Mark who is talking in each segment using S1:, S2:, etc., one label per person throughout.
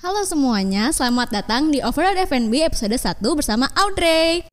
S1: Halo semuanya, selamat datang di Overload F&B episode 1 bersama Audrey.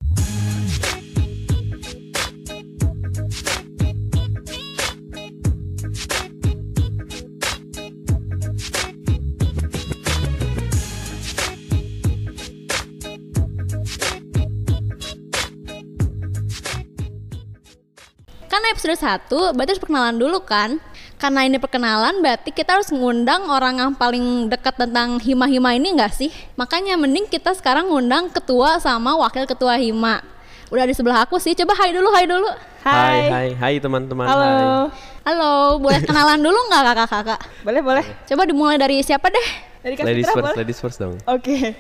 S1: Karena episode 1, berarti harus perkenalan dulu kan? Karena ini perkenalan, berarti kita harus ngundang orang yang paling dekat tentang Hima-Hima ini enggak sih? Makanya mending kita sekarang ngundang ketua sama wakil ketua Hima. Udah di sebelah aku sih, coba hai dulu, hai dulu.
S2: Hai,
S3: Hai.
S2: hai, hai teman-teman.
S3: Halo.
S2: Hai.
S1: Halo, boleh kenalan dulu nggak kakak-kakak?
S3: Boleh, boleh.
S1: Coba dimulai dari siapa deh?
S3: Dari Kak
S2: Ladies
S3: Fitra,
S2: first,
S3: boleh?
S2: ladies first dong.
S3: Oke.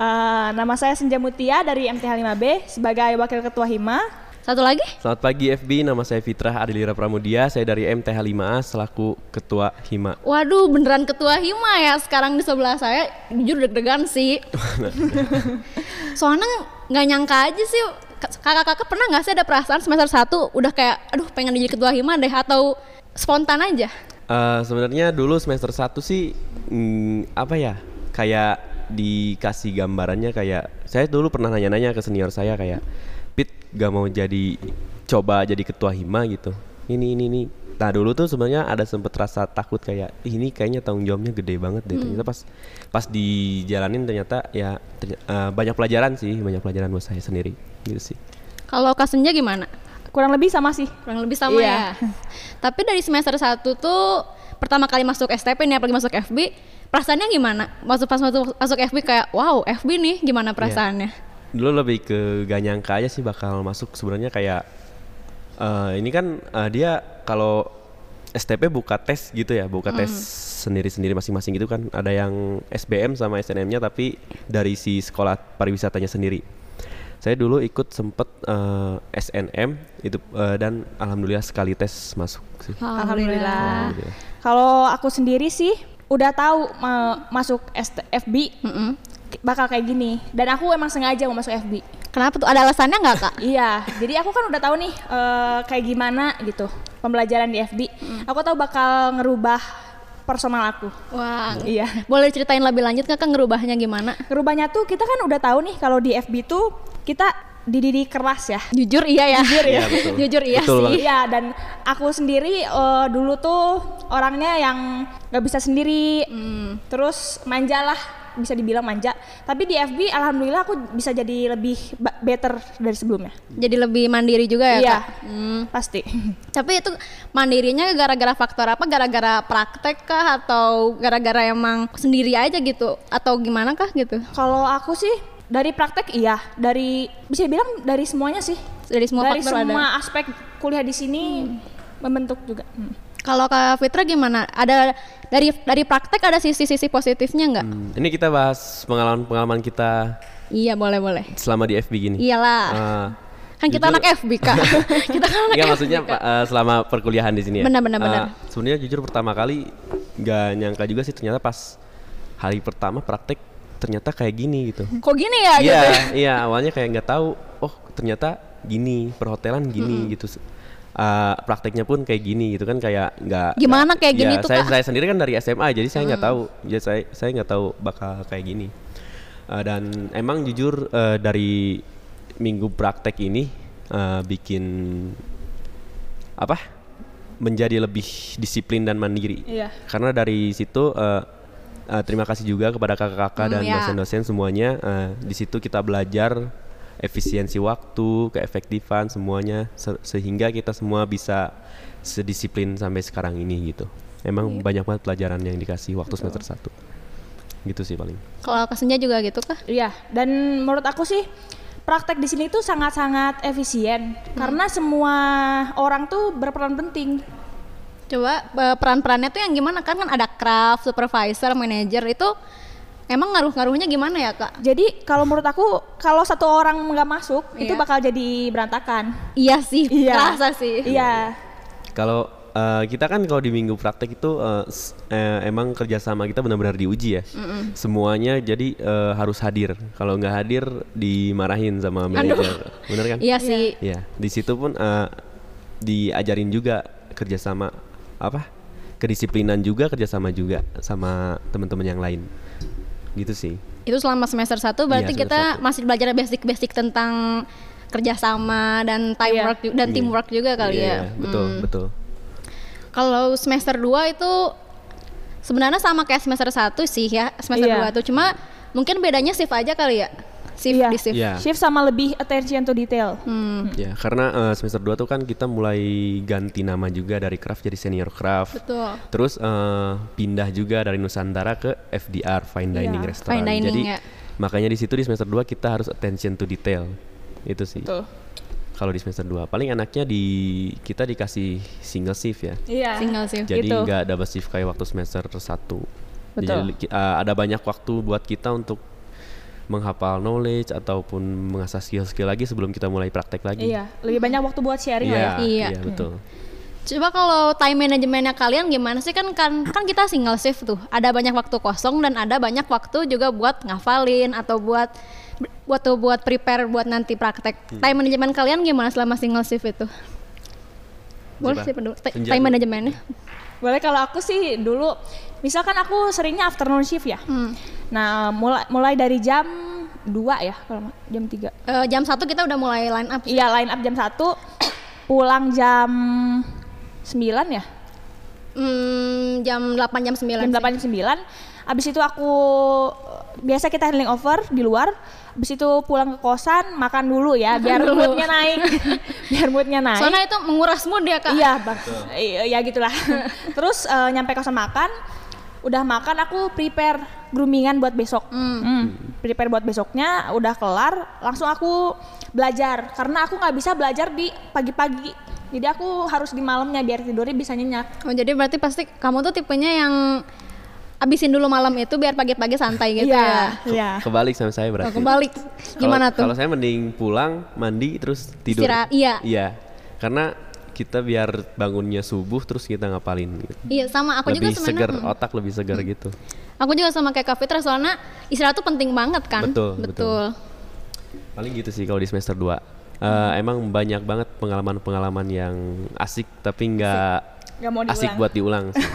S3: Eh, nama saya Senja Mutia dari MTH 5B sebagai wakil ketua Hima.
S1: Satu lagi?
S2: Selamat pagi FB, nama saya Fitrah Adelira Pramudia, saya dari MTH 5A selaku ketua Hima.
S1: Waduh, beneran ketua Hima ya sekarang di sebelah saya. Jujur deg-degan sih. Soalnya nggak nyangka aja sih. Ka- Kakak-kakak pernah nggak sih ada perasaan semester 1 udah kayak, aduh pengen jadi ketua Hima deh atau spontan aja?
S2: Eh, Sebenarnya dulu semester 1 sih mm, apa ya? Kayak dikasih gambarannya kayak saya dulu pernah nanya-nanya ke senior saya kayak Pit gak mau jadi coba jadi ketua Hima gitu. Ini ini ini. Nah dulu tuh sebenarnya ada sempet rasa takut kayak "Ih, ini kayaknya tanggung jawabnya gede banget deh. Ternyata pas pas dijalanin ternyata ya terny- eh, banyak pelajaran sih, banyak pelajaran buat saya sendiri gitu sih.
S1: Kalau Kak Senja gimana?
S3: Kurang lebih sama sih.
S1: Kurang lebih sama
S3: Iya.
S1: ya. Tapi dari semester 1 tuh pertama kali masuk STP nih apalagi masuk FB, perasaannya gimana? Masuk pas masuk, masuk FB kayak wow, FB nih gimana perasaannya?
S2: dulu lebih ke gak nyangka aja sih bakal masuk sebenarnya kayak eh, ini kan eh, dia kalau STP buka tes gitu ya buka tes sendiri-sendiri masing-masing gitu kan ada yang SBM sama SNM-nya tapi dari si sekolah pariwisatanya sendiri saya dulu ikut sempet eh, SNM itu eh, dan alhamdulillah sekali tes masuk sih
S3: Alhamdulillah.
S2: Alhamdulillah.
S3: Kalau aku sendiri sih udah tahu eh, masuk STFB
S1: Mm-mm.
S3: bakal kayak gini dan aku emang sengaja mau masuk FB.
S1: Kenapa tuh? Ada alasannya nggak kak?
S3: Iya, jadi aku kan udah tahu nih eh, kayak gimana gitu pembelajaran di FB. Aku tahu bakal ngerubah personal aku.
S1: Wah,
S3: Iya.
S1: boleh ceritain lebih lanjut nggak kak ngerubahnya gimana?
S3: Ngerubahnya tuh kita kan udah tahu nih kalau di FB tuh kita dididik keras ya.
S1: Jujur iya ya. Jujur
S2: iya. Iya, betul.
S1: Jujur iya
S2: Betul
S1: sih.
S2: banget.
S3: Iya dan aku sendiri eh, dulu tuh orangnya yang nggak bisa sendiri,
S1: Hmm.
S3: terus manja lah bisa dibilang manja. Tapi di FB alhamdulillah aku bisa jadi lebih ba- better dari sebelumnya.
S1: Jadi lebih mandiri juga ya
S3: Iya.
S1: kak. Hmm.
S3: Pasti.
S1: Tapi itu mandirinya gara-gara faktor apa? Gara-gara praktek kah atau gara-gara emang sendiri aja gitu? Atau gimana kah gitu?
S3: Kalau aku sih dari praktek iya, dari bisa dibilang dari semuanya sih.
S1: Dari semua
S3: dari
S1: faktor ada. Hmm.
S3: semua aspek kuliah di sini membentuk juga. Hmm.
S1: Kalau Kak Fitra gimana? Ada dari dari praktek ada sisi-sisi positifnya nggak?
S2: Hmm, ini kita bahas pengalaman-pengalaman kita
S1: Iya boleh boleh.
S2: selama di FB gini
S1: Iyalah.
S2: Eh,
S1: Iya. kan kita
S2: jujur-
S1: anak FB kak. kita kan anak
S2: Enggak
S1: FB.
S2: maksudnya Pak, eh, selama perkuliahan di sini ya.
S1: Benar, benar,
S2: Eh,
S1: benar.
S2: Sebenarnya jujur pertama kali nggak nyangka juga sih ternyata pas hari pertama praktek ternyata kayak gini gitu.
S1: Kok gini ya?
S2: Iya,
S1: Gitu.
S2: iya awalnya kayak nggak tahu. Oh ternyata gini perhotelan gini gitu. Eh, prakteknya pun kayak gini gitu kan kayak nggak
S1: Gimana
S2: nggak-
S1: kayak gini
S2: ya,
S1: tuh,
S2: saya,
S1: Kak?
S2: saya sendiri kan dari SMA jadi saya nggak tahu ya saya saya nggak tahu bakal kayak gini Eh, dan emang jujur eh, dari minggu praktek ini eh, bikin apa menjadi lebih disiplin dan mandiri
S3: Iya.
S2: karena dari situ eh, eh, terima kasih juga kepada kakak-kakak
S1: Hmm,
S2: dan
S1: ya.
S2: dosen-dosen semuanya eh, di situ kita belajar efisiensi waktu keefektifan semuanya se- sehingga kita semua bisa sedisiplin sampai sekarang ini gitu emang
S1: Iya.
S2: banyak banget pelajaran yang dikasih waktu semester satu gitu sih paling
S1: Kalau Kak Senja juga gitu kah?
S3: Iya, dan menurut aku sih praktek di sini tuh sangat-sangat efisien
S1: Hmm.
S3: karena semua orang tuh berperan penting.
S1: Coba eh, peran-perannya tuh yang gimana kan kan ada craft, supervisor, manager itu emang ngaruh-ngaruhnya gimana ya kak?
S3: Jadi kalau menurut aku kalau satu orang nggak masuk itu
S1: Iya.
S3: bakal jadi berantakan.
S1: Iya sih,
S3: Iya.
S1: terasa sih.
S3: Iya.
S2: Kalau eh, kita kan kalau di minggu praktek itu eh, s- eh, emang kerjasama kita benar-benar diuji ya. Semuanya jadi eh, harus hadir. Kalau nggak hadir dimarahin sama manajer, bener kan?
S1: Iya sih.
S2: Ya, di situ pun eh, diajarin juga kerjasama apa? Kedisiplinan juga, kerjasama juga sama teman-teman yang lain. gitu sih
S1: Itu selama semester 1 berarti
S2: Iya,
S1: kita
S2: semester
S1: masih belajar basic-basic tentang kerjasama dan teamwork ju- dan
S2: Iya.
S1: teamwork juga kali
S2: Iya,
S1: ya.
S2: betul
S1: Hmm.
S2: betul
S1: Kalau semester 2 itu sebenarnya sama kayak semester 1 sih ya, semester
S3: Iya.
S1: 2 tuh cuma mungkin bedanya shift aja kali ya. Shift
S3: Iya.
S1: di shift.
S2: Iya.
S3: Shift sama lebih attention to detail.
S1: Hmm,
S2: ya karena eh, semester 2 tuh kan kita mulai ganti nama juga dari craft jadi senior craft
S1: betul.
S2: terus eh, pindah juga dari Nusantara ke FDR fine
S3: Iya,
S2: dining restaurant
S1: fine dining,
S2: jadi
S1: ya.
S2: makanya di situ di semester 2 kita harus attention to detail itu sih
S1: Gitu.
S3: Betul.
S2: kalau di semester 2 paling anaknya di kita dikasih single shift ya
S3: Iya.
S1: Single shift.
S2: jadi
S3: Gitu.
S2: nggak double shift kayak waktu semester 1
S3: Betul.
S2: jadi ki- uh, ada banyak waktu buat kita untuk menghafal knowledge ataupun mengasah skill-skill lagi sebelum kita mulai praktek lagi
S3: Iya,
S1: Hmm.
S3: lebih banyak waktu buat sharing lah ya.
S2: iya
S1: Iya.
S2: iya, betul
S1: Coba kalau time managementnya kalian gimana sih kan kan kan kita single shift tuh. Ada banyak waktu kosong dan ada banyak waktu juga buat ngafalin atau buat buat tuh buat prepare buat nanti praktek.
S2: Hmm.
S1: Time management kalian gimana selama single shift itu? Boleh
S2: Siapa?
S1: sih penduduk. Ti-
S2: Senja
S1: Time
S2: dulu.
S1: managementnya.
S3: Boleh kalau aku sih dulu, misalkan aku seringnya afternoon shift ya.
S1: Hmm.
S3: Nah, mulai mulai dari jam 2 ya, kalau nggak- jam 3.
S1: Eh, jam satu kita udah mulai line up.
S3: Iya, line up jam 1, pulang jam 9 ya.
S1: Hmm, jam 8 jam 9.
S3: Jam
S1: sih.
S3: 8 jam 9. Abis itu aku biasa kita handling over di luar. Abis itu pulang ke kosan, makan dulu ya biar
S1: dulu.
S3: moodnya naik. biar moodnya naik.
S1: Soalnya itu menguras mood ya, Kak.
S3: Iya, bang. Iya, ya gitulah. Terus eh, nyampe kosan makan, udah makan aku prepare groomingan buat besok. Hmm, Prepare buat besoknya, udah kelar, langsung aku belajar karena aku nggak bisa belajar di pagi-pagi. Jadi aku harus di malamnya biar tidurnya bisa nyenyak.
S1: Oh, jadi berarti pasti kamu tuh tipenya yang abisin dulu malam itu biar pagi-pagi santai gitu ya.
S2: Ke-
S3: Iya.
S2: kebalik sama saya berarti
S1: Kalau kebalik gimana
S2: Kalau-
S1: tuh?
S2: Kalau saya mending pulang, mandi, terus tidur.
S1: Istirahat, iya.
S2: Karena kita biar bangunnya subuh terus kita ngapalin. Gitu.
S1: Iya sama aku
S2: lebih
S1: juga sebenarnya.
S2: segar,
S1: hmm.
S2: otak lebih segar gitu.
S1: Aku juga sama kayak Kak Fitra soalnya istirahat tuh penting banget kan.
S2: Betul, betul. Paling gitu sih kalau di semester 2. Emang banyak banget pengalaman-pengalaman yang asik tapi nggak
S3: Nggak mau
S2: asik
S3: diulang.
S2: buat diulang. sih.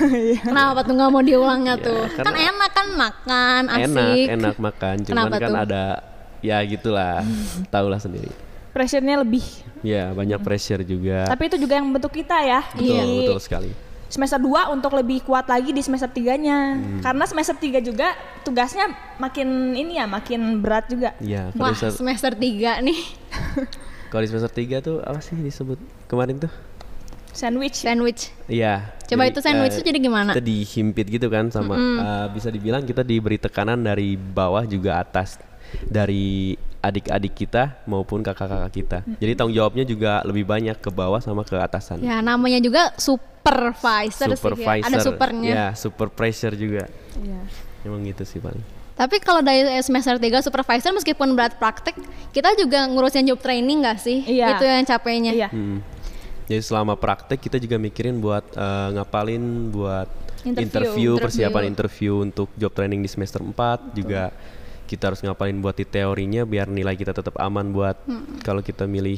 S1: Kenapa tuh nggak mau diulangnya
S2: Iya,
S1: tuh?
S2: karena-
S1: Kan enak kan makan asik.
S2: enak, enak makan. Cuman
S1: Kenapa
S2: kan
S1: tuh?
S2: ada ya gitulah, tahulah sendiri.
S3: Pressure-nya lebih.
S2: Ya banyak pressure juga.
S3: Tapi itu juga yang bentuk kita ya.
S2: Ya. betul,
S3: Di-
S2: betul sekali.
S3: semester 2 untuk lebih kuat lagi di semester 3-nya.
S2: Hmm.
S3: Karena semester 3 juga tugasnya makin ini ya, makin berat juga.
S2: Ya, kalau
S1: Wah
S2: di semester-
S1: semester 3 nih
S2: kalau di semester 3 tuh apa sih disebut kemarin tuh?
S3: Sandwich.
S1: sandwich.
S2: Iya.
S1: Coba itu sandwich itu jadi gimana?
S2: Kita dihimpit gitu kan sama eh, bisa dibilang kita diberi tekanan dari bawah juga atas dari adik-adik kita maupun kakak-kakak kita. Jadi tanggung jawabnya juga lebih banyak ke bawah sama ke atasan.
S1: Ya namanya juga supervisor, sih. Ya. Ada supernya.
S2: Ya, super pressure juga.
S3: Iya.
S2: Emang gitu sih paling.
S1: Tapi kalau dari semester 3 supervisor meskipun berat praktek, kita juga ngurusin job training nggak sih?
S3: Iya.
S1: Itu yang capeknya.
S3: Iya.
S2: Hmm. Jadi selama praktek kita juga mikirin buat eh, ngapalin buat
S3: Interview.
S2: interview, persiapan interview untuk job training di semester 4 juga kita harus ngapalin buat di teorinya biar nilai kita tetap aman buat
S1: Hmm.
S2: kalau kita milih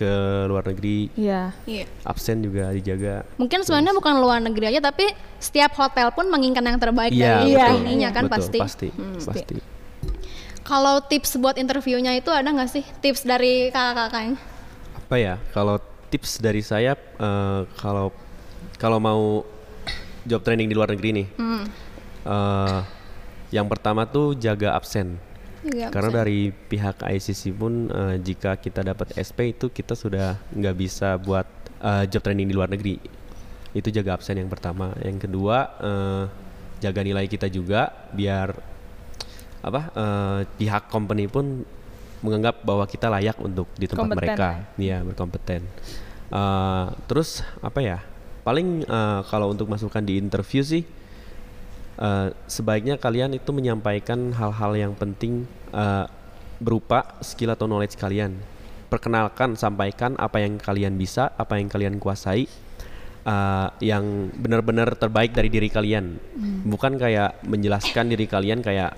S2: ke luar negeri
S3: Iya.
S1: Iya.
S2: absen juga dijaga.
S1: Mungkin sebenarnya bukan luar negeri aja tapi setiap hotel pun menginginkan yang terbaik dari
S3: betul.
S1: ininya kan
S2: Iya, betul,
S1: pasti.
S2: pasti, pasti.
S1: Kalau tips buat interviewnya itu ada nggak sih? Tips dari kakak-kakaknya?
S2: apa ya kalau tips dari saya eh, kalau kalau mau job training di luar negeri nih eh, yang pertama tuh jaga absen
S1: Iya,
S2: karena dari pihak ICC pun eh, jika kita dapat SP itu kita sudah nggak bisa buat eh, job training di luar negeri itu jaga absen yang pertama yang kedua eh, jaga nilai kita juga biar apa eh, pihak company pun menganggap bahwa kita layak untuk di tempat
S3: Kompeten.
S2: mereka Iya berkompeten. Eh, terus apa ya? Paling eh, kalau untuk masukan di interview sih, eh, sebaiknya kalian itu menyampaikan hal-hal yang penting eh, berupa skill atau knowledge kalian. Perkenalkan, sampaikan apa yang kalian bisa, apa yang kalian kuasai, eh, yang benar-benar terbaik dari diri kalian. Bukan kayak menjelaskan diri kalian kayak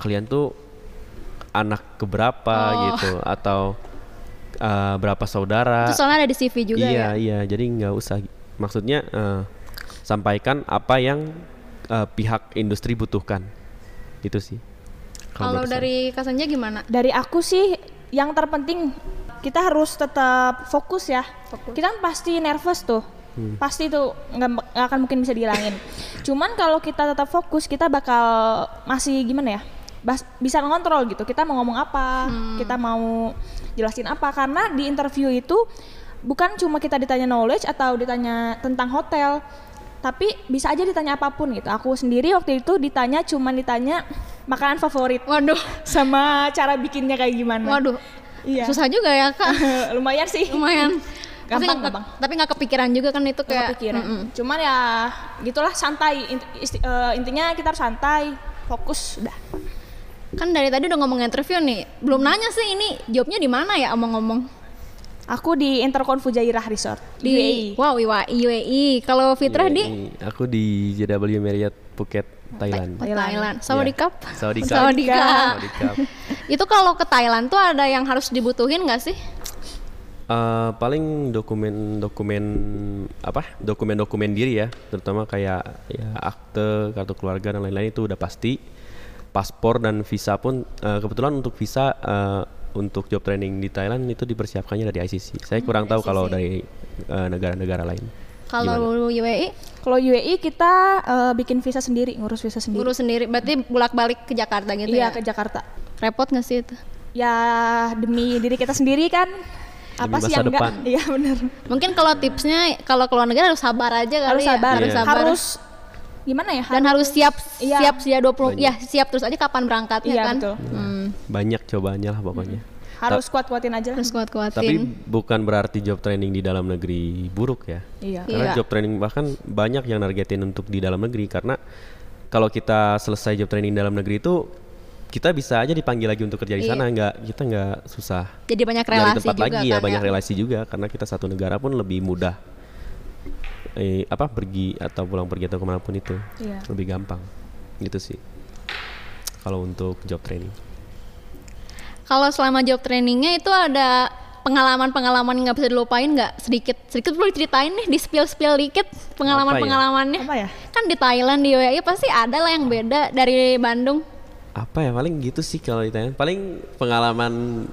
S2: kalian tuh anak keberapa gitu atau uh, berapa saudara
S1: Itu soalnya ada di CV juga ya.
S2: iya iya jadi nggak usah maksudnya eh, uh, sampaikan apa yang uh, pihak industri eh, butuhkan Itu sih.
S1: Kalau
S2: berkesan.
S1: dari Kasanja gimana?
S3: Dari aku sih yang terpenting kita harus tetap fokus ya. Kita kan pasti nervous tuh. Pasti itu nggak nggak akan mungkin bisa dihilangin. Cuman kalau kita tetap fokus, kita bakal masih gimana ya? Bas- bisa mengontrol gitu. Kita mau ngomong apa, kita mau jelasin apa karena di interview itu bukan cuma kita ditanya knowledge atau ditanya tentang hotel, tapi bisa aja ditanya apapun gitu. Aku sendiri waktu itu ditanya cuman ditanya makanan favorit
S1: Waduh,
S3: sama cara bikinnya kayak gimana.
S1: waduh.
S3: Iya.
S1: Susah juga ya kak.
S3: Lumayan sih.
S1: Lumayan. Tapi
S3: Gampang,
S1: nggak-
S3: gampang.
S1: Tapi nggak kepikiran juga kan itu kayak.
S3: Kepikiran.
S1: Mm-mm.
S3: Cuman ya gitulah santai. Int- isti- eh, intinya kita harus santai, fokus udah.
S1: Kan dari tadi udah ngomong interview nih, belum nanya sih ini jawabnya di mana ya omong-omong
S3: Aku di Intercon Fujairah Resort E. di UAE.
S1: Wow, E UAE. UAE. Kalau Fitrah
S2: Iya,
S1: di
S2: ini Aku di JW Marriott Phuket, Thailand.
S1: Oh, Thailand. Sawadikap.
S2: Iya. Sawadikap.
S1: Sawadikap.
S2: Sawadikap.
S1: Itu kalau ke Thailand tuh ada yang harus dibutuhin nggak sih?
S2: Eh, paling dokumen-dokumen apa? Dokumen-dokumen diri ya, terutama kayak ya akte, kartu keluarga dan lain-lain itu udah pasti. Paspor dan visa pun eh, kebetulan untuk visa eh, untuk job training di Thailand itu dipersiapkannya dari ICC. Saya kurang tahu kalau dari eh, negara-negara lain. Gimana?
S1: Kalau E UAE
S3: Kalau UAE kita eh, bikin visa sendiri, ngurus visa sendiri.
S1: guru sendiri, berarti bolak-balik ke Jakarta gitu ya?
S3: iya ke Jakarta.
S1: Repot nggak sih itu?
S3: Ya demi diri kita sendiri kan. Apa sih
S2: Demi masa
S3: yang enggak?
S2: depan.
S3: Iya benar.
S1: Mungkin kalau tipsnya kalau keluar negara harus sabar aja kali
S3: Harus
S1: ya.
S3: sabar.
S1: harus
S2: Iya.
S1: sabar.
S3: Harus gimana ya?
S1: dan harus siap
S3: Iya.
S1: siap siap 20
S2: Banyak.
S1: ya siap terus aja kapan berangkatnya
S3: Iya,
S1: kan.
S3: betul.
S1: Hmm,
S2: Banyak cobaannya lah pokoknya.
S3: harus kuat-kuatin aja. lah.
S1: harus kuat-kuatin.
S2: Tapi bukan berarti job training di dalam negeri buruk ya.
S3: Iya.
S2: Karena
S1: Iya.
S2: job training bahkan banyak yang nargetin untuk di dalam negeri karena kalau kita selesai job training dalam negeri itu kita bisa aja dipanggil lagi untuk kerja di sana nggak kita nggak susah
S1: Jadi Iya. banyak
S2: Nyari
S1: relasi
S2: tempat
S1: juga
S2: lagi
S1: kan
S2: ya banyak relasi juga karena kita satu negara pun lebih mudah eh, apa pergi atau pulang pergi atau kemana pun itu
S3: Iya.
S2: lebih gampang gitu sih kalau untuk job training
S1: Kalau selama job trainingnya itu ada pengalaman-pengalaman yang nggak bisa dilupain nggak sedikit sedikit perlu diceritain nih di spill spill dikit
S2: ya?
S1: pengalaman-pengalamannya
S3: Apa ya?
S1: kan di Thailand di UAE pasti ada lah yang beda dari Bandung
S2: apa ya paling gitu sih kalau ditanya paling pengalaman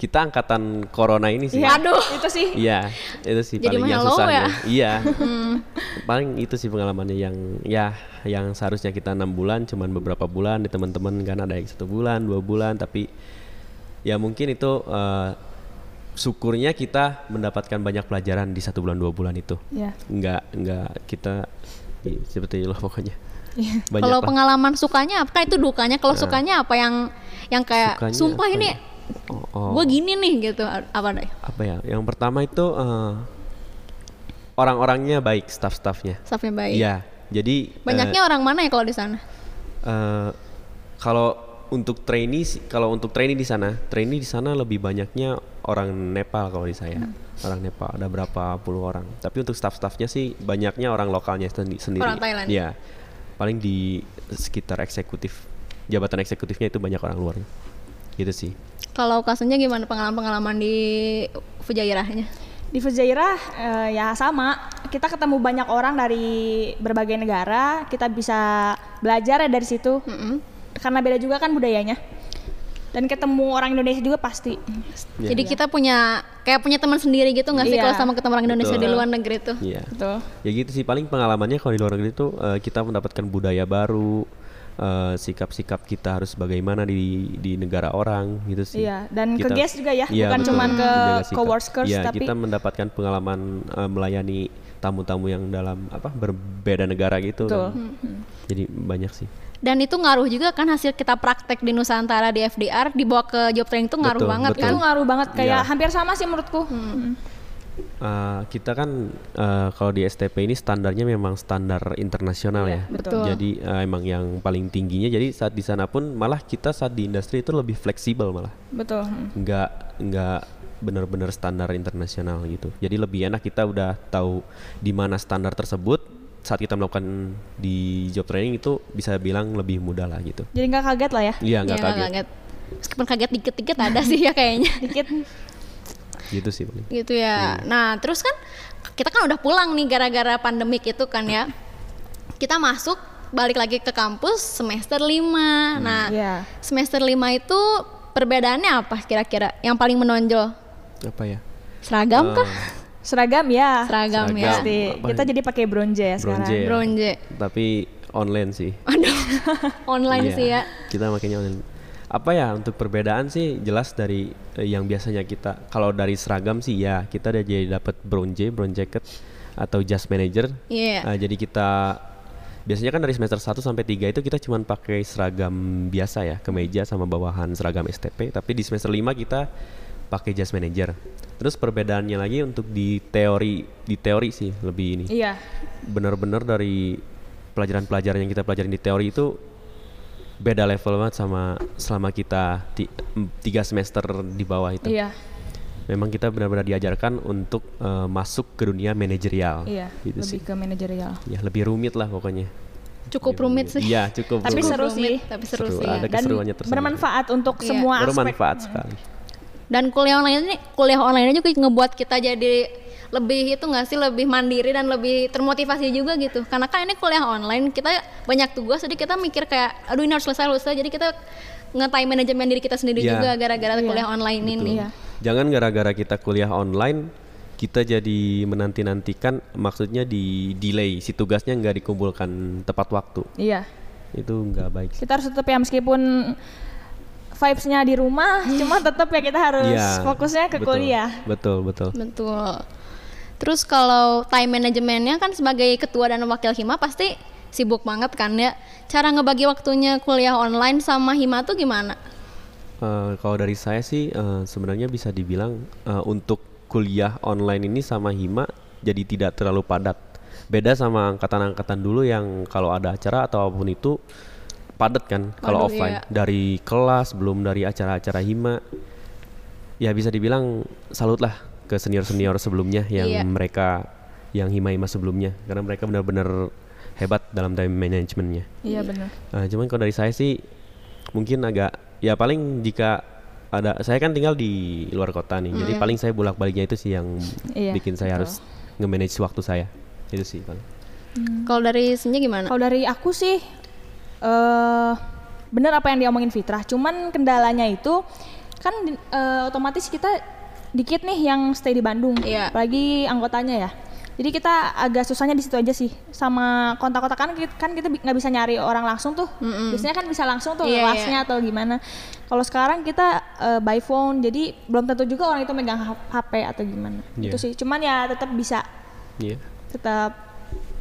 S2: kita angkatan corona ini sih
S1: Waduh.
S3: Itu sih.
S2: Iya, itu sih
S1: Jadi
S2: paling yang
S1: mellow
S2: susahnya.
S1: ya? Hmm.
S2: Iya. paling itu sih pengalamannya yang ya yang seharusnya kita enam bulan cuman beberapa bulan di teman-teman kan ada yang satu bulan, dua bulan tapi ya mungkin itu eh, syukurnya kita mendapatkan banyak pelajaran di satu bulan dua bulan itu.
S3: Iya.
S2: Enggak enggak kita i- seperti lo pokoknya. Banyak
S1: Iya. kalau
S2: lah. Iya.
S1: pengalaman sukanya apa Kan itu dukanya kalau sukanya apa yang yang kayak
S2: Sukanya
S1: sumpah
S2: apa
S1: ini
S2: ya? Oh, oh.
S1: gue gini nih gitu apa deh
S2: apa ya? Yang pertama itu eh, orang-orangnya baik, staff-staffnya.
S1: staffnya baik
S2: Iya. Jadi eh,
S1: banyaknya orang mana ya kalau di sana
S2: Eh, kalau untuk trainee sih- kalau untuk trainee di sana trainee di sana lebih banyaknya orang Nepal kalau di saya
S1: Hmm.
S2: orang Nepal ada berapa puluh orang tapi untuk staff-staffnya sih banyaknya orang lokalnya sendi- sendiri
S1: Orang Thailand.
S2: Iya. paling di sekitar eksekutif jabatan eksekutifnya itu banyak orang luar gitu sih
S1: kalau kasusnya gimana pengalaman-pengalaman di Fujairahnya
S3: Di Fujairah eh, ya sama, kita ketemu banyak orang dari berbagai negara, kita bisa belajar ya dari situ. Karena beda juga kan budayanya. Dan ketemu orang Indonesia juga pasti.
S2: Iya.
S1: Jadi kita punya kayak punya teman sendiri gitu nggak sih
S3: Iya.
S1: kalau sama ketemu orang Indonesia di
S2: Betul.
S1: luar negeri tuh.
S2: Iya.
S3: Betul.
S2: ya gitu sih paling pengalamannya kalau di luar negeri itu eh, kita mendapatkan budaya baru eh, sikap-sikap kita harus bagaimana di di negara orang gitu sih
S3: Iya, dan ke
S2: Kita-
S3: guest juga ya,
S2: Iya,
S3: bukan
S2: betul,
S3: cuman ke
S2: menjaga sikap.
S3: coworkers,
S2: Iya,
S3: tapi-
S2: kita mendapatkan pengalaman eh, melayani tamu-tamu yang dalam apa berbeda negara gitu
S3: Betul.
S2: kan.
S1: Mm.
S2: jadi banyak sih
S1: Dan itu ngaruh juga kan hasil kita praktek di Nusantara di FDR dibawa ke job training tuh ngaruh
S2: Betul,
S1: banget
S2: betul.
S1: kan. Mm.
S3: Itu ngaruh banget kayak
S2: Iya.
S3: hampir sama sih menurutku. Mm.
S2: Eh, kita kan eh, kalau di STP ini standarnya memang standar internasional
S3: Iya,
S2: ya.
S1: betul.
S2: Jadi eh, emang yang paling tingginya. Jadi saat di sana pun malah kita saat di industri itu lebih fleksibel malah.
S3: Betul.
S2: Nggak nggak benar-benar standar internasional gitu. Jadi lebih enak kita udah tahu di mana standar tersebut saat kita melakukan di job training itu bisa bilang lebih mudah lah gitu.
S3: Jadi nggak kaget lah ya.
S2: Iya
S1: Iya,
S2: nggak kaget.
S1: Meskipun kaget dikit-dikit ada sih ya kayaknya.
S3: Dikit.
S2: Gitu sih. paling.
S1: Gitu ya.
S2: Iya.
S1: Nah, terus kan kita kan udah pulang nih gara-gara pandemik itu kan ya. Kita masuk balik lagi ke kampus semester 5.
S2: Hmm.
S1: Nah,
S3: Iya.
S1: semester 5 itu perbedaannya apa kira-kira? Yang paling menonjol?
S2: apa ya
S1: Seragam kah?
S3: Seragam ya.
S1: Seragam, ya.
S2: seragam.
S3: Pasti.
S2: Apa-
S3: Kita jadi pakai bronze ya
S2: Bronze
S3: sekarang.
S2: ya.
S1: Bronze.
S2: tapi online sih
S1: Aduh. Online
S2: Iya,
S1: sih ya.
S2: Kita makanya online. Apa ya untuk perbedaan sih jelas dari eh, yang biasanya kita kalau dari seragam sih ya kita udah jadi dapat bronze, bronze jacket atau jas manager.
S1: Iya.
S2: Eh, jadi kita biasanya kan dari semester 1 sampai 3 itu kita cuman pakai seragam biasa ya, kemeja sama bawahan seragam STP, tapi di semester 5 kita pakai jas manager. Terus perbedaannya lagi untuk di teori di teori sih lebih ini
S3: Iya.
S2: benar-benar dari pelajaran-pelajaran yang kita pelajarin di teori itu beda level banget sama selama kita ti- em, tiga semester di bawah itu.
S3: Iya.
S2: Memang kita benar-benar diajarkan untuk eh, masuk ke dunia manajerial.
S3: Iya.
S2: Gitu
S3: lebih
S2: sih.
S3: ke manajerial.
S2: Ya lebih rumit lah pokoknya.
S1: Cukup rumit sih.
S2: Iya cukup.
S3: Tapi
S2: rumit.
S3: seru sih.
S1: tapi seru,
S2: Seru,
S1: sih.
S2: ada
S1: ya.
S3: Dan
S2: keseruannya tersendiri.
S3: bermanfaat untuk
S1: Iya.
S3: semua aspek.
S2: Bermanfaat sekali.
S1: Dan kuliah online ini, kuliah online ini juga ngebuat kita jadi lebih itu nggak sih lebih mandiri dan lebih termotivasi juga gitu. Karena kan ini kuliah online, kita banyak tugas jadi kita mikir kayak aduh ini harus selesai harus selesai. Jadi kita nge-time manajemen diri kita sendiri
S2: Iya.
S1: juga gara-gara kuliah online ini.
S2: Betul.
S3: Iya.
S2: Hmm. Jangan gara-gara kita kuliah online kita jadi menanti-nantikan maksudnya di delay si tugasnya nggak dikumpulkan tepat waktu
S3: Iya.
S2: itu nggak baik sih.
S3: Kita harus tetap ya meskipun vibes-nya di rumah, cuma tetap ya kita harus
S2: Iya,
S3: fokusnya ke
S2: betul,
S3: kuliah.
S2: betul betul
S1: Betul. Terus kalau time manajemennya kan sebagai ketua dan wakil hima pasti sibuk banget kan ya. Cara ngebagi waktunya kuliah online sama hima tuh gimana?
S2: Eh, kalau dari saya sih eh, sebenarnya bisa dibilang eh, untuk kuliah online ini sama hima jadi tidak terlalu padat beda sama angkatan-angkatan dulu yang kalau ada acara atau apapun itu padat kan kalau
S1: Waduh,
S2: offline
S1: iya.
S2: dari kelas belum dari acara-acara hima ya bisa dibilang salut lah ke senior-senior sebelumnya yang
S1: Iya.
S2: mereka yang hima-hima sebelumnya karena mereka benar-benar hebat dalam time managementnya
S3: Iya benar.
S2: Nah, cuman kalau dari saya sih mungkin agak ya paling jika ada saya kan tinggal di luar kota nih. Jadi paling saya bolak-baliknya itu sih yang
S3: Iya,
S2: bikin
S3: betul.
S2: saya harus nge-manage waktu saya. Itu sih paling.
S1: Kalau dari senja gimana?
S3: Kalau dari aku sih eh bener apa yang diomongin Fitrah. Cuman kendalanya itu kan di- eh, otomatis kita dikit nih yang stay di Bandung,
S1: Iya.
S3: apalagi anggotanya ya. Jadi kita agak susahnya di situ aja sih sama kontak-kontak kan kita, kan kita bi- nggak bisa nyari orang langsung tuh. Biasanya kan bisa langsung tuh
S1: Iya,
S3: kelasnya atau gimana. Kalau sekarang kita eh, by phone, jadi belum tentu juga orang itu megang ha- HP atau gimana.
S2: Iya.
S3: Itu sih. Cuman ya tetap bisa,
S2: Iya.
S3: tetap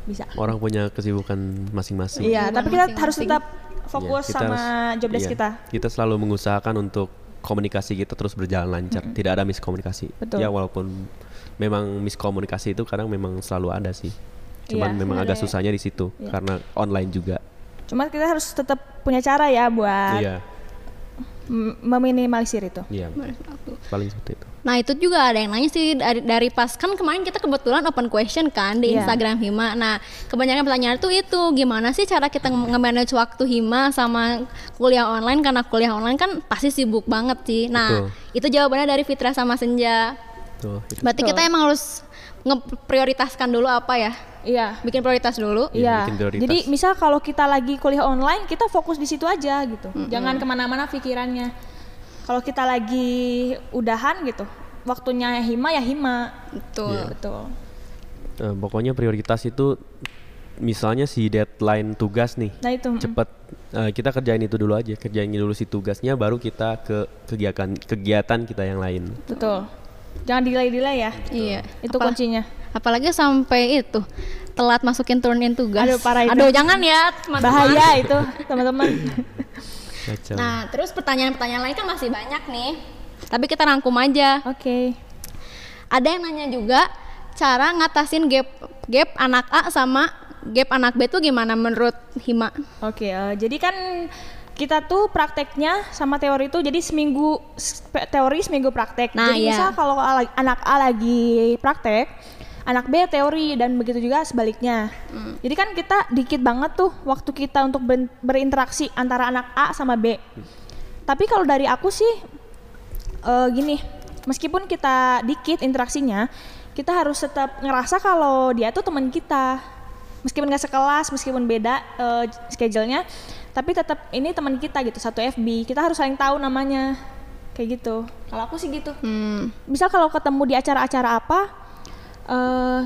S3: bisa.
S2: Orang punya kesibukan masing-masing.
S3: Iya,
S1: Kesibukan
S3: tapi kita harus
S1: masing-masing.
S3: tetap
S2: Iya,
S3: fokus
S2: kita
S3: sama
S2: harus-
S3: jobdesk
S2: iya.
S3: kita.
S2: Kita selalu mengusahakan untuk komunikasi kita terus berjalan lancar, tidak ada miskomunikasi.
S3: Betul.
S2: Ya walaupun memang miskomunikasi itu kadang memang selalu ada sih. Cuman
S3: Iya,
S2: memang agak
S3: sebenarnya. Iya.
S2: susahnya di situ karena online juga.
S3: Cuman kita harus tetap punya cara ya buat
S2: Iya.
S3: m- meminimalisir itu.
S2: Iya. Paling seperti itu.
S1: Nah itu juga ada yang nanya sih dari, dari pas kan kemarin kita kebetulan open question kan di
S3: Iya.
S1: Instagram Hima. Nah kebanyakan pertanyaan tuh itu gimana sih cara kita nge-manage waktu Hima sama kuliah online karena kuliah online kan pasti sibuk banget sih. Nah itu jawabannya dari Fitra sama Senja.
S2: Tuh, itu.
S1: Berarti kita emang harus ngeprioritaskan dulu apa ya?
S3: Iya.
S1: Bikin prioritas dulu.
S2: Iya,
S3: Iya.
S2: bikin prioritas.
S3: Jadi misal kalau kita lagi kuliah online, kita fokus di situ aja gitu. Jangan kemana-mana pikirannya. Kalau kita lagi udahan gitu, waktunya hima ya hima.
S2: Iya.
S1: Betul.
S3: Betul.
S2: Eh, pokoknya prioritas itu misalnya si deadline tugas nih
S3: Nah itu. mm.
S2: cepet Eh, kita kerjain itu dulu aja kerjain dulu si tugasnya baru kita ke kegiatan kegiatan kita yang lain
S3: Betul. Jangan delay-delay ya.
S1: Iya.
S3: Itu
S1: Apalah-
S3: kuncinya.
S1: Apalagi sampai itu telat masukin turun in tugas.
S3: Aduh, parah itu.
S1: Aduh jangan ya. teman-teman.
S3: Bahaya itu, teman-teman.
S2: Kacau.
S1: Nah, terus pertanyaan-pertanyaan lain kan masih banyak nih. Tapi kita rangkum aja.
S3: Oke.
S1: Ada yang nanya juga cara ngatasin gap gap anak A sama gap anak B itu gimana menurut Hima?
S3: Oke, eh, jadi kan kita tuh prakteknya sama teori itu jadi seminggu s- pe- teori seminggu praktek.
S1: Nah,
S3: jadi
S1: iya.
S3: misal kalau ala- anak A lagi praktek, anak B teori dan begitu juga sebaliknya.
S1: Hmm.
S3: Jadi kan kita dikit banget tuh waktu kita untuk ben- berinteraksi antara anak A sama B. Tapi kalau dari aku sih eh, gini, meskipun kita dikit interaksinya, kita harus tetap ngerasa kalau dia tuh teman kita. meskipun nggak sekelas meskipun beda eh, schedule-nya tapi tetap ini teman kita gitu satu FB kita harus saling tahu namanya kayak gitu kalau aku sih gitu
S1: Hmm.
S3: misal kalau ketemu di acara-acara apa eh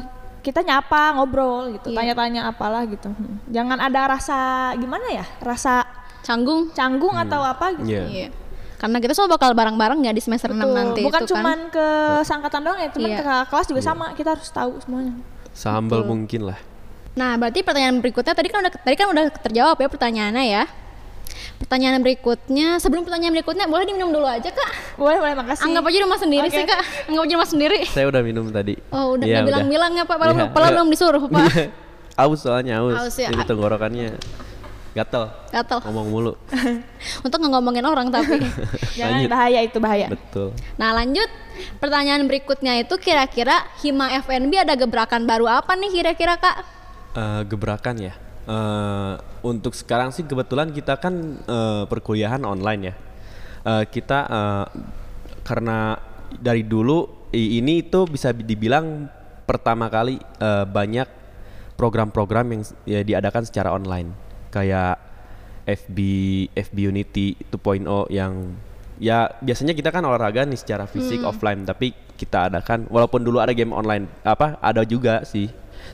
S3: kita nyapa ngobrol gitu
S1: Iya.
S3: tanya-tanya apalah gitu Hmm. jangan ada rasa gimana ya rasa
S1: Canggung.
S3: canggung atau apa gitu
S2: Iya.
S1: Iya. Karena kita semua bakal bareng-bareng ya di semester 6
S3: Tuh,
S1: nanti
S3: bukan
S1: itu
S3: cuman
S1: kan.
S3: ke sangkatan doang ya teman
S1: Iya.
S3: ke kelas juga sama kita harus tahu semuanya
S2: Sambal mungkin lah.
S1: Nah, berarti pertanyaan berikutnya tadi kan udah tadi kan udah terjawab ya pertanyaannya ya. Pertanyaan berikutnya, sebelum pertanyaan berikutnya boleh diminum dulu aja, Kak.
S3: boleh boleh makasih
S1: Anggap aja rumah sendiri
S3: Oke.
S1: sih, Kak. Anggap aja rumah sendiri.
S2: Saya udah minum tadi.
S1: Oh, udah
S2: Iya,
S1: nggak bilang-bilang ya, Pak. Padahal
S2: Iya.
S1: padahal belum disuruh, Pak.
S2: Aus soalnya aus.
S1: Aus ya.
S2: Ini tenggorokannya gatel.
S1: Gatel.
S2: Ngomong mulu.
S1: Untuk nggak ngomongin orang tapi.
S3: jangan
S2: Lanjut.
S3: bahaya itu bahaya
S2: Betul.
S1: Nah, lanjut pertanyaan berikutnya itu kira-kira Hima FNB ada gebrakan baru apa nih kira-kira, Kak?
S2: Eh, gebrakan ya. Eh, untuk sekarang sih kebetulan kita kan eh, perkuliahan online ya. Eh, kita eh, karena dari dulu i- ini itu bisa dibilang pertama kali eh, banyak program-program yang s- ya, diadakan secara online kayak FB FB Unity 2.0 yang ya biasanya kita kan olahraga nih secara fisik offline tapi kita adakan walaupun dulu ada game online apa ada juga sih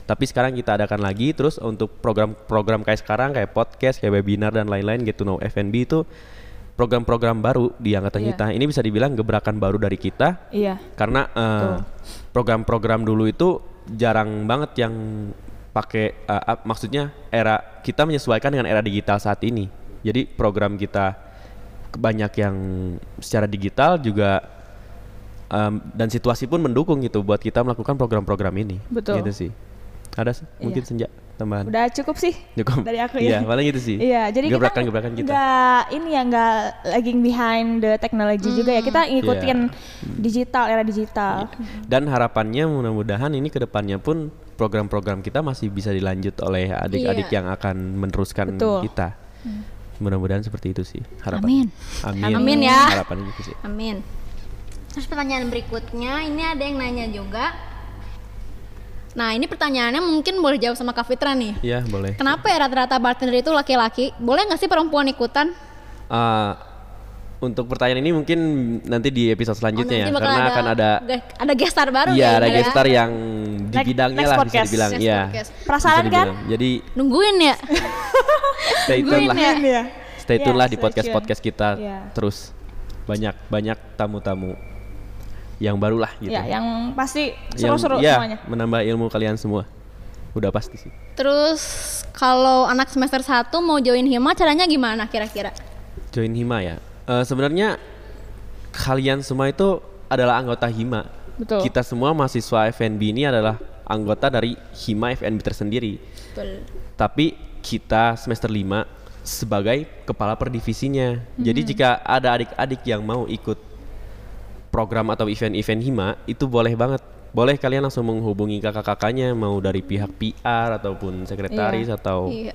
S2: tapi sekarang kita adakan lagi terus untuk program-program kayak sekarang kayak podcast, kayak webinar dan lain-lain gitu no FNB itu program-program baru di angkatan
S3: Iya.
S2: kita. Ini bisa dibilang gebrakan baru dari kita
S3: iya
S2: karena eh, program-program dulu itu jarang banget yang pakai eh, ap- maksudnya era kita menyesuaikan dengan era digital saat ini. Jadi program kita banyak yang secara digital juga em, dan situasi pun mendukung gitu buat kita melakukan program-program ini.
S3: Betul. Iya.
S2: Gitu sih. Ada se- mungkin senja tambahan.
S3: udah cukup sih
S2: Cukup.
S3: dari aku
S2: Iya,
S3: ya
S2: paling gitu sih.
S3: Iya, jadi
S2: gebrakan-gebrakan
S3: kita
S2: kita.
S3: nggak ini ya nggak lagging behind the technology
S1: Hmm.
S3: juga ya.
S2: Iya.
S3: Kita ngikutin digital era digital.
S2: Hmm. Dan harapannya mudah-mudahan ini kedepannya pun program-program kita masih bisa dilanjut oleh adik-adik
S1: Iya.
S2: yang akan meneruskan
S3: Betul.
S2: kita. Mudah-mudahan seperti itu sih
S1: Amin.
S2: harapan. Amin.
S1: Amin ya.
S2: Harapannya gitu sih.
S1: Amin. Terus pertanyaan berikutnya, ini ada yang nanya juga. Nah, ini pertanyaannya mungkin boleh jawab sama Kak Fitra nih.
S2: Iya, boleh.
S1: Kenapa ya rata-rata bartender itu laki-laki? Boleh nggak sih perempuan ikutan?
S2: Ah, untuk pertanyaan ini mungkin nanti di episode selanjutnya ya
S1: Oh, Nanti bakal
S2: karena akan ada
S1: ge- ada gestar baru
S2: iya
S1: nih,
S2: ada
S1: ya.
S2: gestar yang di
S3: Next-
S2: bidangnya
S3: next
S2: lah bisa
S3: podcast.
S2: dibilang
S1: Next
S2: ya.
S1: podcast.
S2: Bisa
S3: Perasaan kan?
S2: dibilang. Jadi
S1: Nungguin ya.
S2: stay tune lah.
S1: Iya.
S3: Iya.
S2: Stay
S3: Iya,
S2: tune lah di
S3: stay
S2: podcast
S3: tune.
S2: podcast kita
S3: Iya.
S2: terus banyak banyak tamu-tamu yang baru lah gitu.
S3: Ya, yang pasti
S2: Yang-
S3: seru-seru
S2: ya,
S3: semuanya.
S2: Menambah ilmu kalian semua. Udah pasti sih.
S1: Terus kalau anak semester 1 mau join Hima caranya gimana kira-kira?
S2: Join Hima ya. Eh, sebenarnya kalian semua itu adalah anggota Hima.
S3: Betul.
S2: Kita semua mahasiswa FNB ini adalah anggota dari Hima FNB tersendiri. Tapi kita semester 5 sebagai kepala per
S1: Hmm.
S2: divisinya. Jadi jika ada adik-adik yang mau ikut program atau event-event Hima itu boleh banget. Boleh kalian langsung menghubungi kakak-kakaknya mau dari pihak PR ataupun sekretaris atau
S1: Iya.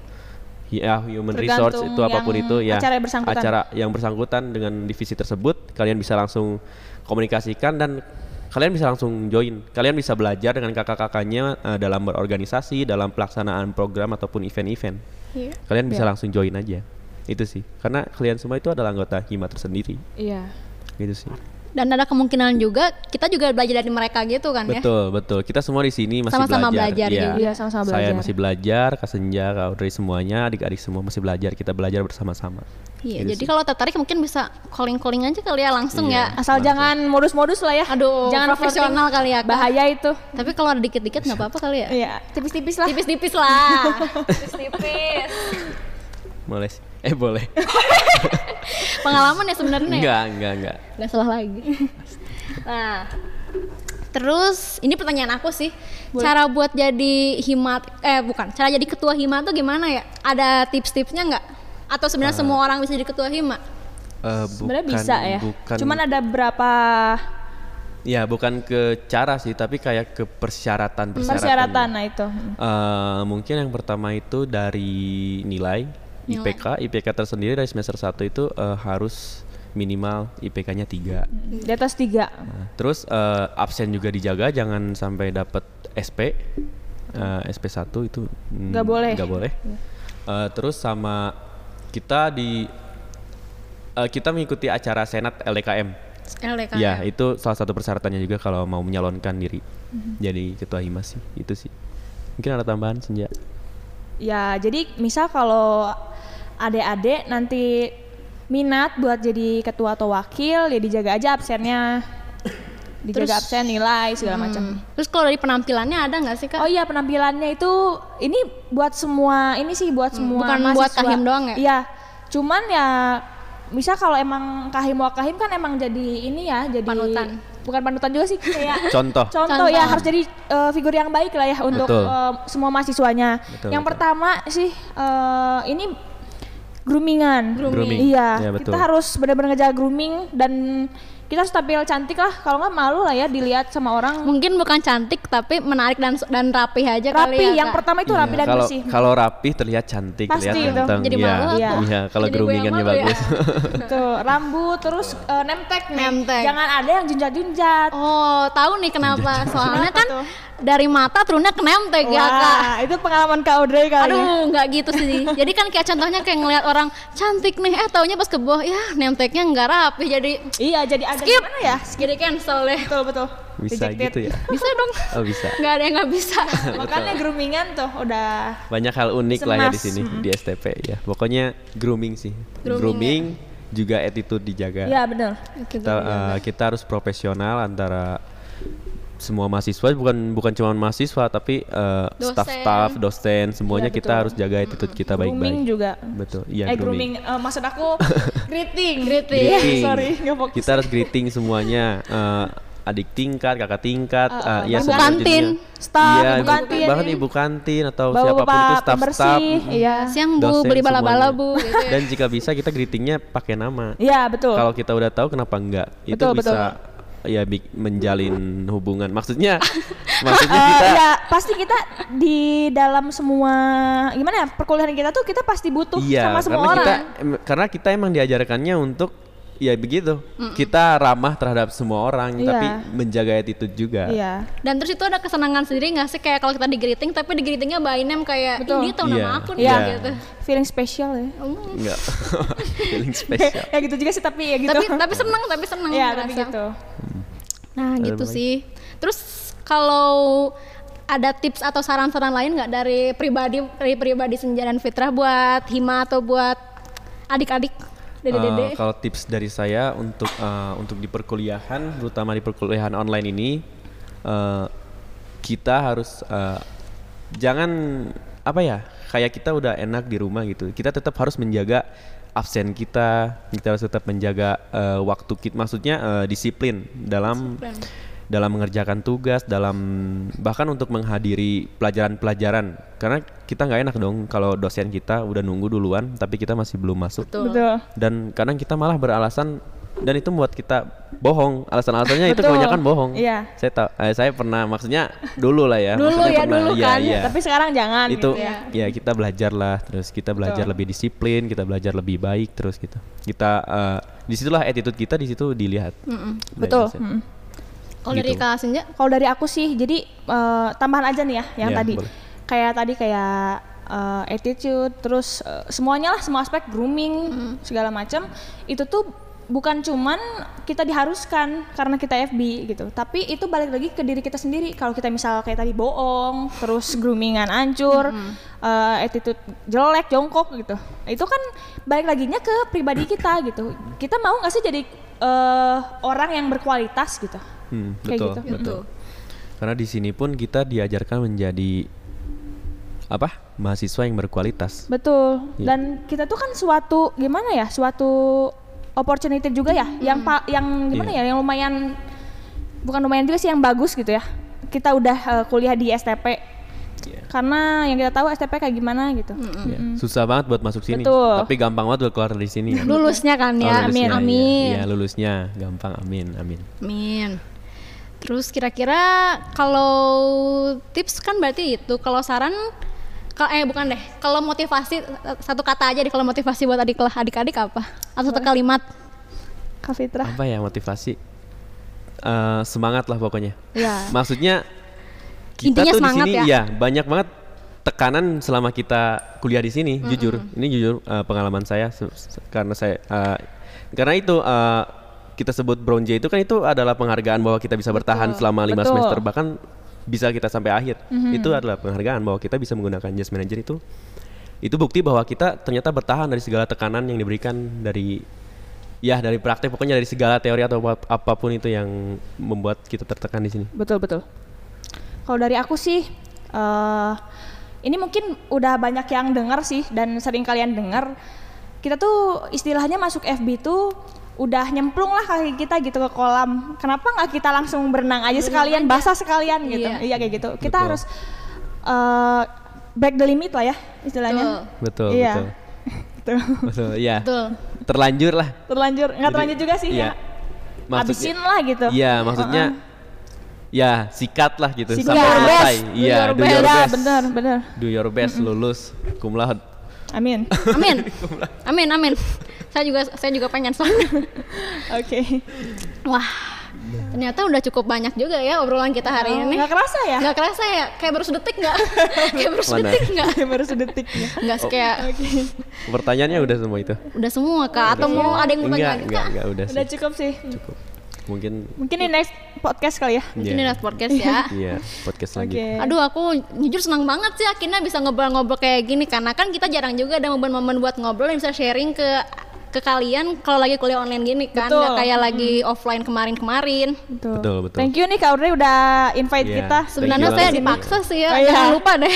S2: Ya, human
S3: Tergantung
S2: resource itu apapun
S3: yang
S2: itu ya.
S3: acara yang bersangkutan.
S2: acara yang bersangkutan dengan divisi tersebut, kalian bisa langsung komunikasikan dan kalian bisa langsung join. Kalian bisa belajar dengan kakak-kakaknya eh, dalam berorganisasi, dalam pelaksanaan program ataupun event-event.
S1: Iya.
S2: Kalian bisa langsung join aja. Itu sih. Karena kalian semua itu adalah anggota Hima tersendiri.
S3: Iya.
S2: Gitu sih.
S1: Dan ada kemungkinan juga kita juga belajar dari mereka gitu kan ya.
S2: Betul, betul. Kita semua di sini masih
S1: Sama-sama belajar
S2: belajar. Iya.
S1: juga.
S3: Iya, sama-sama
S2: Saya
S3: belajar.
S2: masih belajar, Kak Senja, Kak Audrey semuanya, adik-adik semua masih belajar. Kita belajar bersama-sama.
S1: Iya,
S2: Gitu
S1: jadi
S2: sih. Iya.
S1: kalau tertarik mungkin bisa calling-calling aja kali ya langsung ya.
S3: Asal jangan modus-modus lah ya.
S1: Aduh,
S3: jangan
S1: profesional
S3: flirting.
S1: kali ya, Kak.
S3: Bahaya itu.
S1: Tapi kalau ada dikit-dikit nggak apa-apa kali ya.
S3: Iya, tipis-tipis lah.
S1: Tipis-tipis lah. Tipis-tipis.
S2: Boleh. sih. Eh, boleh.
S1: Pengalaman ya sebenarnya. ya?
S2: Enggak, enggak, enggak.
S1: nggak salah lagi. nah, terus ini pertanyaan aku sih, cara buat jadi himat eh bukan, cara jadi ketua hima tuh gimana ya? Ada tips-tipsnya nggak? Atau sebenarnya
S2: Eh.
S1: semua orang bisa jadi ketua hima?
S3: Sebenarnya bisa ya.
S2: Bukan,
S3: Cuman ada berapa
S2: ya bukan ke cara sih, tapi kayak ke persyaratan
S3: persyaratan nah itu.
S2: Eh, mungkin yang pertama itu dari nilai, IPK, IPK tersendiri dari semester 1 itu eh, harus minimal IPK-nya 3.
S3: Di atas tiga.
S2: Nah, terus eh, absen juga dijaga jangan sampai dapat SP eh, SP1 itu mm,
S3: Nggak boleh.
S2: nggak boleh
S1: Iya.
S2: Eh, terus sama kita di eh, kita mengikuti acara senat LDKM
S1: LDK.
S2: ya itu salah satu persyaratannya juga kalau mau menyalonkan diri
S1: Mhm.
S2: jadi ketua himas sih itu sih mungkin ada tambahan senja
S3: Ya, jadi misal kalau adik-adik nanti minat buat jadi ketua atau wakil, ya dijaga aja absennya. Dijaga
S1: Terus- Hmm.
S3: absen, nilai, segala macam.
S1: Terus kalau dari penampilannya ada nggak sih kak?
S3: Oh iya, penampilannya itu ini buat semua, ini sih buat
S1: Hmm.
S3: semua
S1: bukan buat
S3: mahasiswa.
S1: Kahim doang ya?
S3: Iya. Cuman ya bisa kalau emang kahim wakahim kan emang jadi ini ya, jadi
S1: Panutan.
S3: Bukan panutan juga sih kayak
S2: contoh
S1: Contoh.
S3: Contoh, ya harus jadi eh, figur yang baik lah ya untuk
S2: Oh. Betul.
S3: eh, semua mahasiswanya.
S2: Betul,
S3: yang
S2: betul.
S3: pertama sih eh, ini groomingan.
S2: Grooming. Grooming.
S3: Iya,
S2: Ya, betul.
S3: kita harus benar-benar ngejaga grooming dan kita harus tampil cantik lah. Kalau nggak malu lah ya dilihat sama orang.
S1: Mungkin bukan cantik tapi menarik dan dan rapih aja kali
S3: Rapi,
S1: ya.
S3: yang
S1: Kak?
S3: pertama itu
S2: Iya,
S3: rapi dan
S2: kalau
S3: bersih.
S2: kalau rapih terlihat cantik
S3: Pasti
S2: terlihat
S3: itu.
S2: ganteng
S1: Jadi
S2: Iya,
S1: malu
S2: iya
S3: aku.
S2: kalau
S1: Jadi gue yang
S2: groomingannya
S1: malu ya.
S2: bagus
S3: Tuh, rambut terus eh, nemtek nih.
S1: Nemtek.
S3: Jangan ada yang junjat-junjat.
S1: Oh, tahu nih kenapa? Soalnya
S3: Kenapa
S1: kan
S3: tuh?
S1: dari mata turunnya ke nemtek ya, Kak.
S3: Wah, iya. itu pengalaman Kak Audrey kali. ya.
S1: Aduh, nggak gitu sih. Jadi kan kayak contohnya kayak ngelihat orang cantik nih, eh taunya pas ke bawah, ya nemteknya nggak rapi, jadi
S3: Iya, jadi ada
S1: skip.
S3: gimana ya?
S1: Jadi cancel deh.
S3: Betul, betul.
S2: bisa
S3: Rejected.
S2: gitu ya
S1: Bisa dong.
S2: oh bisa
S1: Nggak ada yang nggak bisa.
S3: Makanya groomingan tuh udah
S2: banyak hal unik lah ya di
S3: Semas,
S2: sini di STP ya pokoknya grooming sih
S1: Grooming,
S2: grooming,
S3: ya.
S2: juga attitude dijaga
S3: Iya benar.
S2: kita eh, kita harus profesional antara semua mahasiswa bukan bukan cuma mahasiswa tapi eh,
S1: Dosen.
S2: staff-staff dosen semuanya
S3: Iya,
S2: kita
S3: betul.
S2: harus jaga attitude kita
S3: Grooming
S2: baik-baik
S3: juga.
S2: betul iya
S3: eh grooming, eh, maksud aku greeting.
S1: Greeting.
S2: Greeting.
S3: Sorry, nggak fokus.
S2: Kita harus greeting semuanya. eh, adik tingkat, kakak tingkat, eh, ya
S1: ibu
S2: semua
S1: kantin,
S2: jadinya.
S3: staff,
S2: iya,
S3: ibu
S2: ibu-
S3: kantin.
S2: bahkan ibu kantin atau
S3: Bawa
S2: siapapun itu
S3: bapak
S2: staff-staff,
S3: pembersih.
S2: mm,
S3: Iya.
S1: Siang Bu,
S2: dosen
S1: beli bala-bala
S2: semuanya.
S1: Bu. gitu ya.
S2: Dan jika bisa kita greetingnya pakai nama.
S3: Iya betul.
S2: Kalau kita udah tahu kenapa enggak, itu
S3: Betul,
S2: bisa ya bik- menjalin hubungan. Maksudnya, maksudnya
S3: Eh,
S2: kita
S3: ya pasti kita di dalam semua gimana ya perkuliahan kita tuh kita pasti butuh
S2: Iya,
S3: sama semua
S2: karena
S3: orang.
S2: kita em- karena kita emang diajarkannya untuk ya begitu. Kita ramah terhadap semua orang
S3: Iya.
S2: tapi menjaga attitude juga.
S3: Iya.
S1: Dan terus itu ada kesenangan sendiri nggak sih kayak kalau kita di greeting tapi di greetingnya by name kayak
S3: Betul.
S1: ini tahu
S2: Iya.
S1: nama aku nih
S3: Iya.
S1: gitu.
S3: Feeling special ya.
S1: Hmm.
S2: Enggak. Feeling spesial.
S3: ya gitu juga sih tapi ya gitu.
S1: Tapi tapi seneng, tapi seneng
S3: ya tapi
S1: ngerasa.
S3: gitu.
S1: Nah,
S2: Ada
S1: gitu
S2: apa lagi?
S1: sih. Terus kalau ada tips atau saran-saran lain nggak dari pribadi dari pribadi Senja dan Fitrah buat Hima atau buat adik-adik
S2: Eh,
S1: dede-dede?
S2: kalau tips dari saya untuk eh, untuk di perkuliahan, terutama di perkuliahan online ini, eh, kita harus eh, jangan apa ya, kayak kita udah enak di rumah gitu. Kita tetap harus menjaga absen kita, kita harus tetap menjaga eh, waktu kita, maksudnya eh, disiplin dalam dalam mengerjakan tugas, dalam bahkan untuk menghadiri pelajaran-pelajaran. Karena kita nggak enak dong kalau dosen kita udah nunggu duluan, tapi kita masih belum masuk
S1: Gitu.
S3: Betul.
S2: dan kadang kita malah beralasan dan itu membuat kita bohong alasan-alasannya itu
S3: Betul.
S2: kebanyakan bohong
S3: Iya.
S2: saya tahu eh, saya pernah maksudnya dulu lah ya
S1: Dulu
S2: maksudnya
S1: ya, dulu
S2: iya,
S1: kan,
S2: iya.
S3: Tapi sekarang jangan
S2: itu
S3: gitu ya.
S2: ya kita belajar lah terus kita belajar
S3: Betul.
S2: lebih disiplin kita belajar lebih baik terus gitu kita eh, disitulah attitude kita di situ dilihat Dari
S3: Betul.
S2: mindset.
S3: Mm.
S1: Kalau dari
S2: gitu.
S1: Kak Senja?
S3: kalau dari aku sih jadi eh, tambahan aja nih ya yang
S2: Iya,
S3: tadi
S2: boleh.
S3: kayak tadi kayak eh, attitude terus eh, semuanya lah semua aspek grooming segala macam itu tuh bukan cuman kita diharuskan karena kita FB gitu tapi itu balik lagi ke diri kita sendiri kalau kita misal kayak tadi bohong terus groomingan hancur eh, attitude jelek jongkok gitu itu kan balik laginya ke pribadi kita gitu kita mau nggak sih jadi eh, orang yang berkualitas gitu
S2: Hmm,
S3: Kayak
S2: betul,
S3: gitu.
S2: betul. Karena di sini pun kita diajarkan menjadi apa? mahasiswa yang berkualitas.
S3: Betul.
S2: Iya.
S3: Dan kita tuh kan suatu gimana ya? Suatu opportunity juga ya yang pa- yang gimana
S2: Iya.
S3: ya? Yang lumayan bukan lumayan juga sih yang bagus gitu ya. Kita udah eh, kuliah di STP.
S2: Iya.
S3: Karena yang kita tahu STP kayak gimana gitu.
S2: Ya, Susah banget buat masuk sini,
S3: Betul.
S2: tapi gampang banget buat keluar dari sini. ya.
S1: Lulusnya kan
S2: Oh,
S1: ya?
S2: lulusnya, iya.
S1: Amin.
S2: Iya, lulusnya gampang. Amin, amin.
S1: Amin. Terus kira-kira kalau tips kan berarti itu kalau saran kalau eh bukan deh kalau motivasi satu kata aja deh kalau motivasi buat adik adik-adik apa atau satu kalimat
S3: Kak Fitra.
S2: Apa ya motivasi? Eh, semangat lah pokoknya.
S3: Iya.
S2: Maksudnya kita
S1: Intinya
S2: tuh di
S1: semangat
S2: sini
S1: ya.
S2: iya, banyak banget tekanan selama kita kuliah di sini jujur ini jujur eh, pengalaman saya se- se- karena saya eh, karena itu eh, kita sebut bronze itu kan itu adalah penghargaan bahwa kita bisa bertahan selama lima
S3: betul.
S2: semester bahkan bisa kita sampai akhir itu adalah penghargaan bahwa kita bisa menggunakan jazz manager itu itu bukti bahwa kita ternyata bertahan dari segala tekanan yang diberikan dari ya dari praktek pokoknya dari segala teori atau apa- apapun itu yang membuat kita tertekan di sini
S3: Betul betul. Kalau dari aku sih eh ini mungkin udah banyak yang dengar sih dan sering kalian dengar. Kita tuh istilahnya masuk FB tuh udah nyemplung lah kaki kita gitu ke kolam. Kenapa nggak kita langsung berenang aja sekalian, basah sekalian gitu.
S1: Iya.
S3: Iya kayak gitu. Kita
S2: Betul.
S3: harus eh break the limit lah ya
S1: Betul.
S3: istilahnya.
S2: betul
S3: Iya.
S2: betul
S3: Betul.
S2: Betul, ya.
S1: Betul.
S2: Terlanjur lah.
S3: terlanjur, nggak
S2: Jadi,
S3: terlanjur juga sih ya.
S2: iya.
S3: Habisin lah gitu.
S2: Iya, maksudnya ya sikat lah gitu
S3: Sikat.
S2: sampai
S3: Do your
S2: selesai.
S1: best, do
S2: Iya,
S1: your
S2: do your
S1: best.
S3: Iya,
S2: best.
S3: bener bener.
S2: Do your best lulus cum laude.
S3: Amin.
S1: Amin. Amin, amin. Saya juga saya juga pengen soalnya.
S3: Oke.
S1: Wah. Ternyata udah cukup banyak juga ya obrolan kita hari ini.
S3: Nggak kerasa ya?
S1: Nggak kerasa ya? Kayak baru sedetik nggak? kayak baru
S2: Mana?
S1: sedetik nggak?
S3: Kayak baru sedetik ya.
S1: Nggak kayak
S2: Pertanyaannya udah semua itu.
S1: udah semua kak? Atau mau ada yang mau tanya
S2: Iya. enggak,
S1: lagi
S2: enggak,
S1: kak?
S2: enggak udah sih.
S3: Udah cukup sih.
S2: Cukup. Mungkin
S3: Mungkin di next podcast kali ya.
S1: Mungkin
S2: iya.
S1: di last podcast ya.
S2: Iya, podcast lagi.
S3: Oke.
S1: Aduh aku jujur senang banget sih akhirnya bisa ngobrol-ngobrol kayak gini karena kan kita jarang juga ada momen-momen buat ngobrol dan bisa sharing ke ke kalian kalau lagi kuliah online gini kan
S3: Betul.
S1: nggak kayak lagi offline kemarin-kemarin.
S3: Betul.
S2: Betul, betul.
S3: Thank you nih Kak Audrey udah invite
S2: Iya.
S3: kita.
S2: Thank
S1: Sebenarnya
S2: you
S1: saya
S2: banget.
S1: dipaksa sih ya,
S3: Oh, iya.
S1: jangan lupa deh.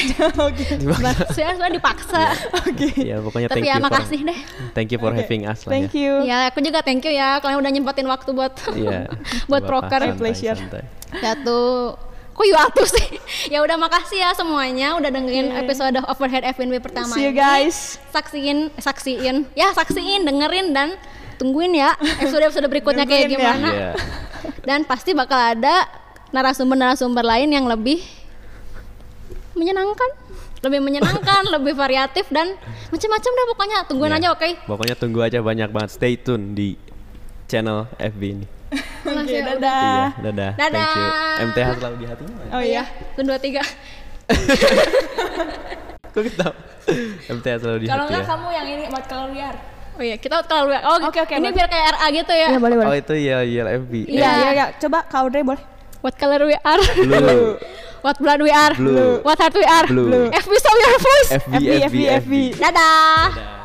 S3: Oke.
S1: saya sebenarnya dipaksa.
S3: Oh, gitu.
S2: Ya, pokoknya
S1: Tapi
S2: thank
S1: ya
S2: you. for-
S1: makasih deh.
S2: Thank you for having us lah ya.
S3: Thank you.
S1: Ya aku juga thank you ya kalian udah nyempetin waktu buat
S2: Iya.
S1: buat
S2: Gak apa-apa,
S1: proker.
S2: santai,
S3: Pleasure.
S2: santai.
S1: Satu Kok you atuh sih? ya udah makasih ya semuanya udah dengerin episode Overhead FNB pertama
S3: Iya. See you
S1: ini.
S3: guys.
S1: saksiin saksiin ya saksiin dengerin dan tungguin ya episode episode berikutnya kayak
S3: Tungguin ya.
S1: gimana
S2: Iya.
S1: dan pasti bakal ada narasumber narasumber lain yang lebih menyenangkan lebih menyenangkan lebih variatif dan macam-macam dah pokoknya tungguin
S2: Iya.
S1: aja oke
S2: Pokoknya tunggu aja banyak banget. Stay tune di channel FB ini.
S1: Makasih
S3: Oke,
S1: ya, udah.
S2: Iya,
S3: dadah.
S2: dadah. Thank you.
S1: Dadah.
S2: MTH selalu di hatinya.
S3: Oh iya.
S1: Satu, dua tiga
S2: Kok kita tahu? MTH selalu di
S3: Kalau
S2: hati
S3: enggak
S2: ya.
S3: kamu yang ini buat kalau liar.
S1: oh iya kita terlalu oh
S3: Oke, oke,
S1: ini
S3: boleh.
S1: biar kayak RA gitu ya
S3: Iya, boleh
S2: Oh
S3: boleh.
S2: itu ya YLFB.
S1: Iya.
S3: Iya, iya, iya. Coba Kak Audrey boleh.
S1: what color we are
S2: Blue.
S1: what blood we are
S2: Blue.
S1: what heart we are
S2: Blue.
S1: FB saw your voice
S2: FB
S3: FB,
S2: FB FB.
S3: FB.
S1: dadah.
S2: Dadah.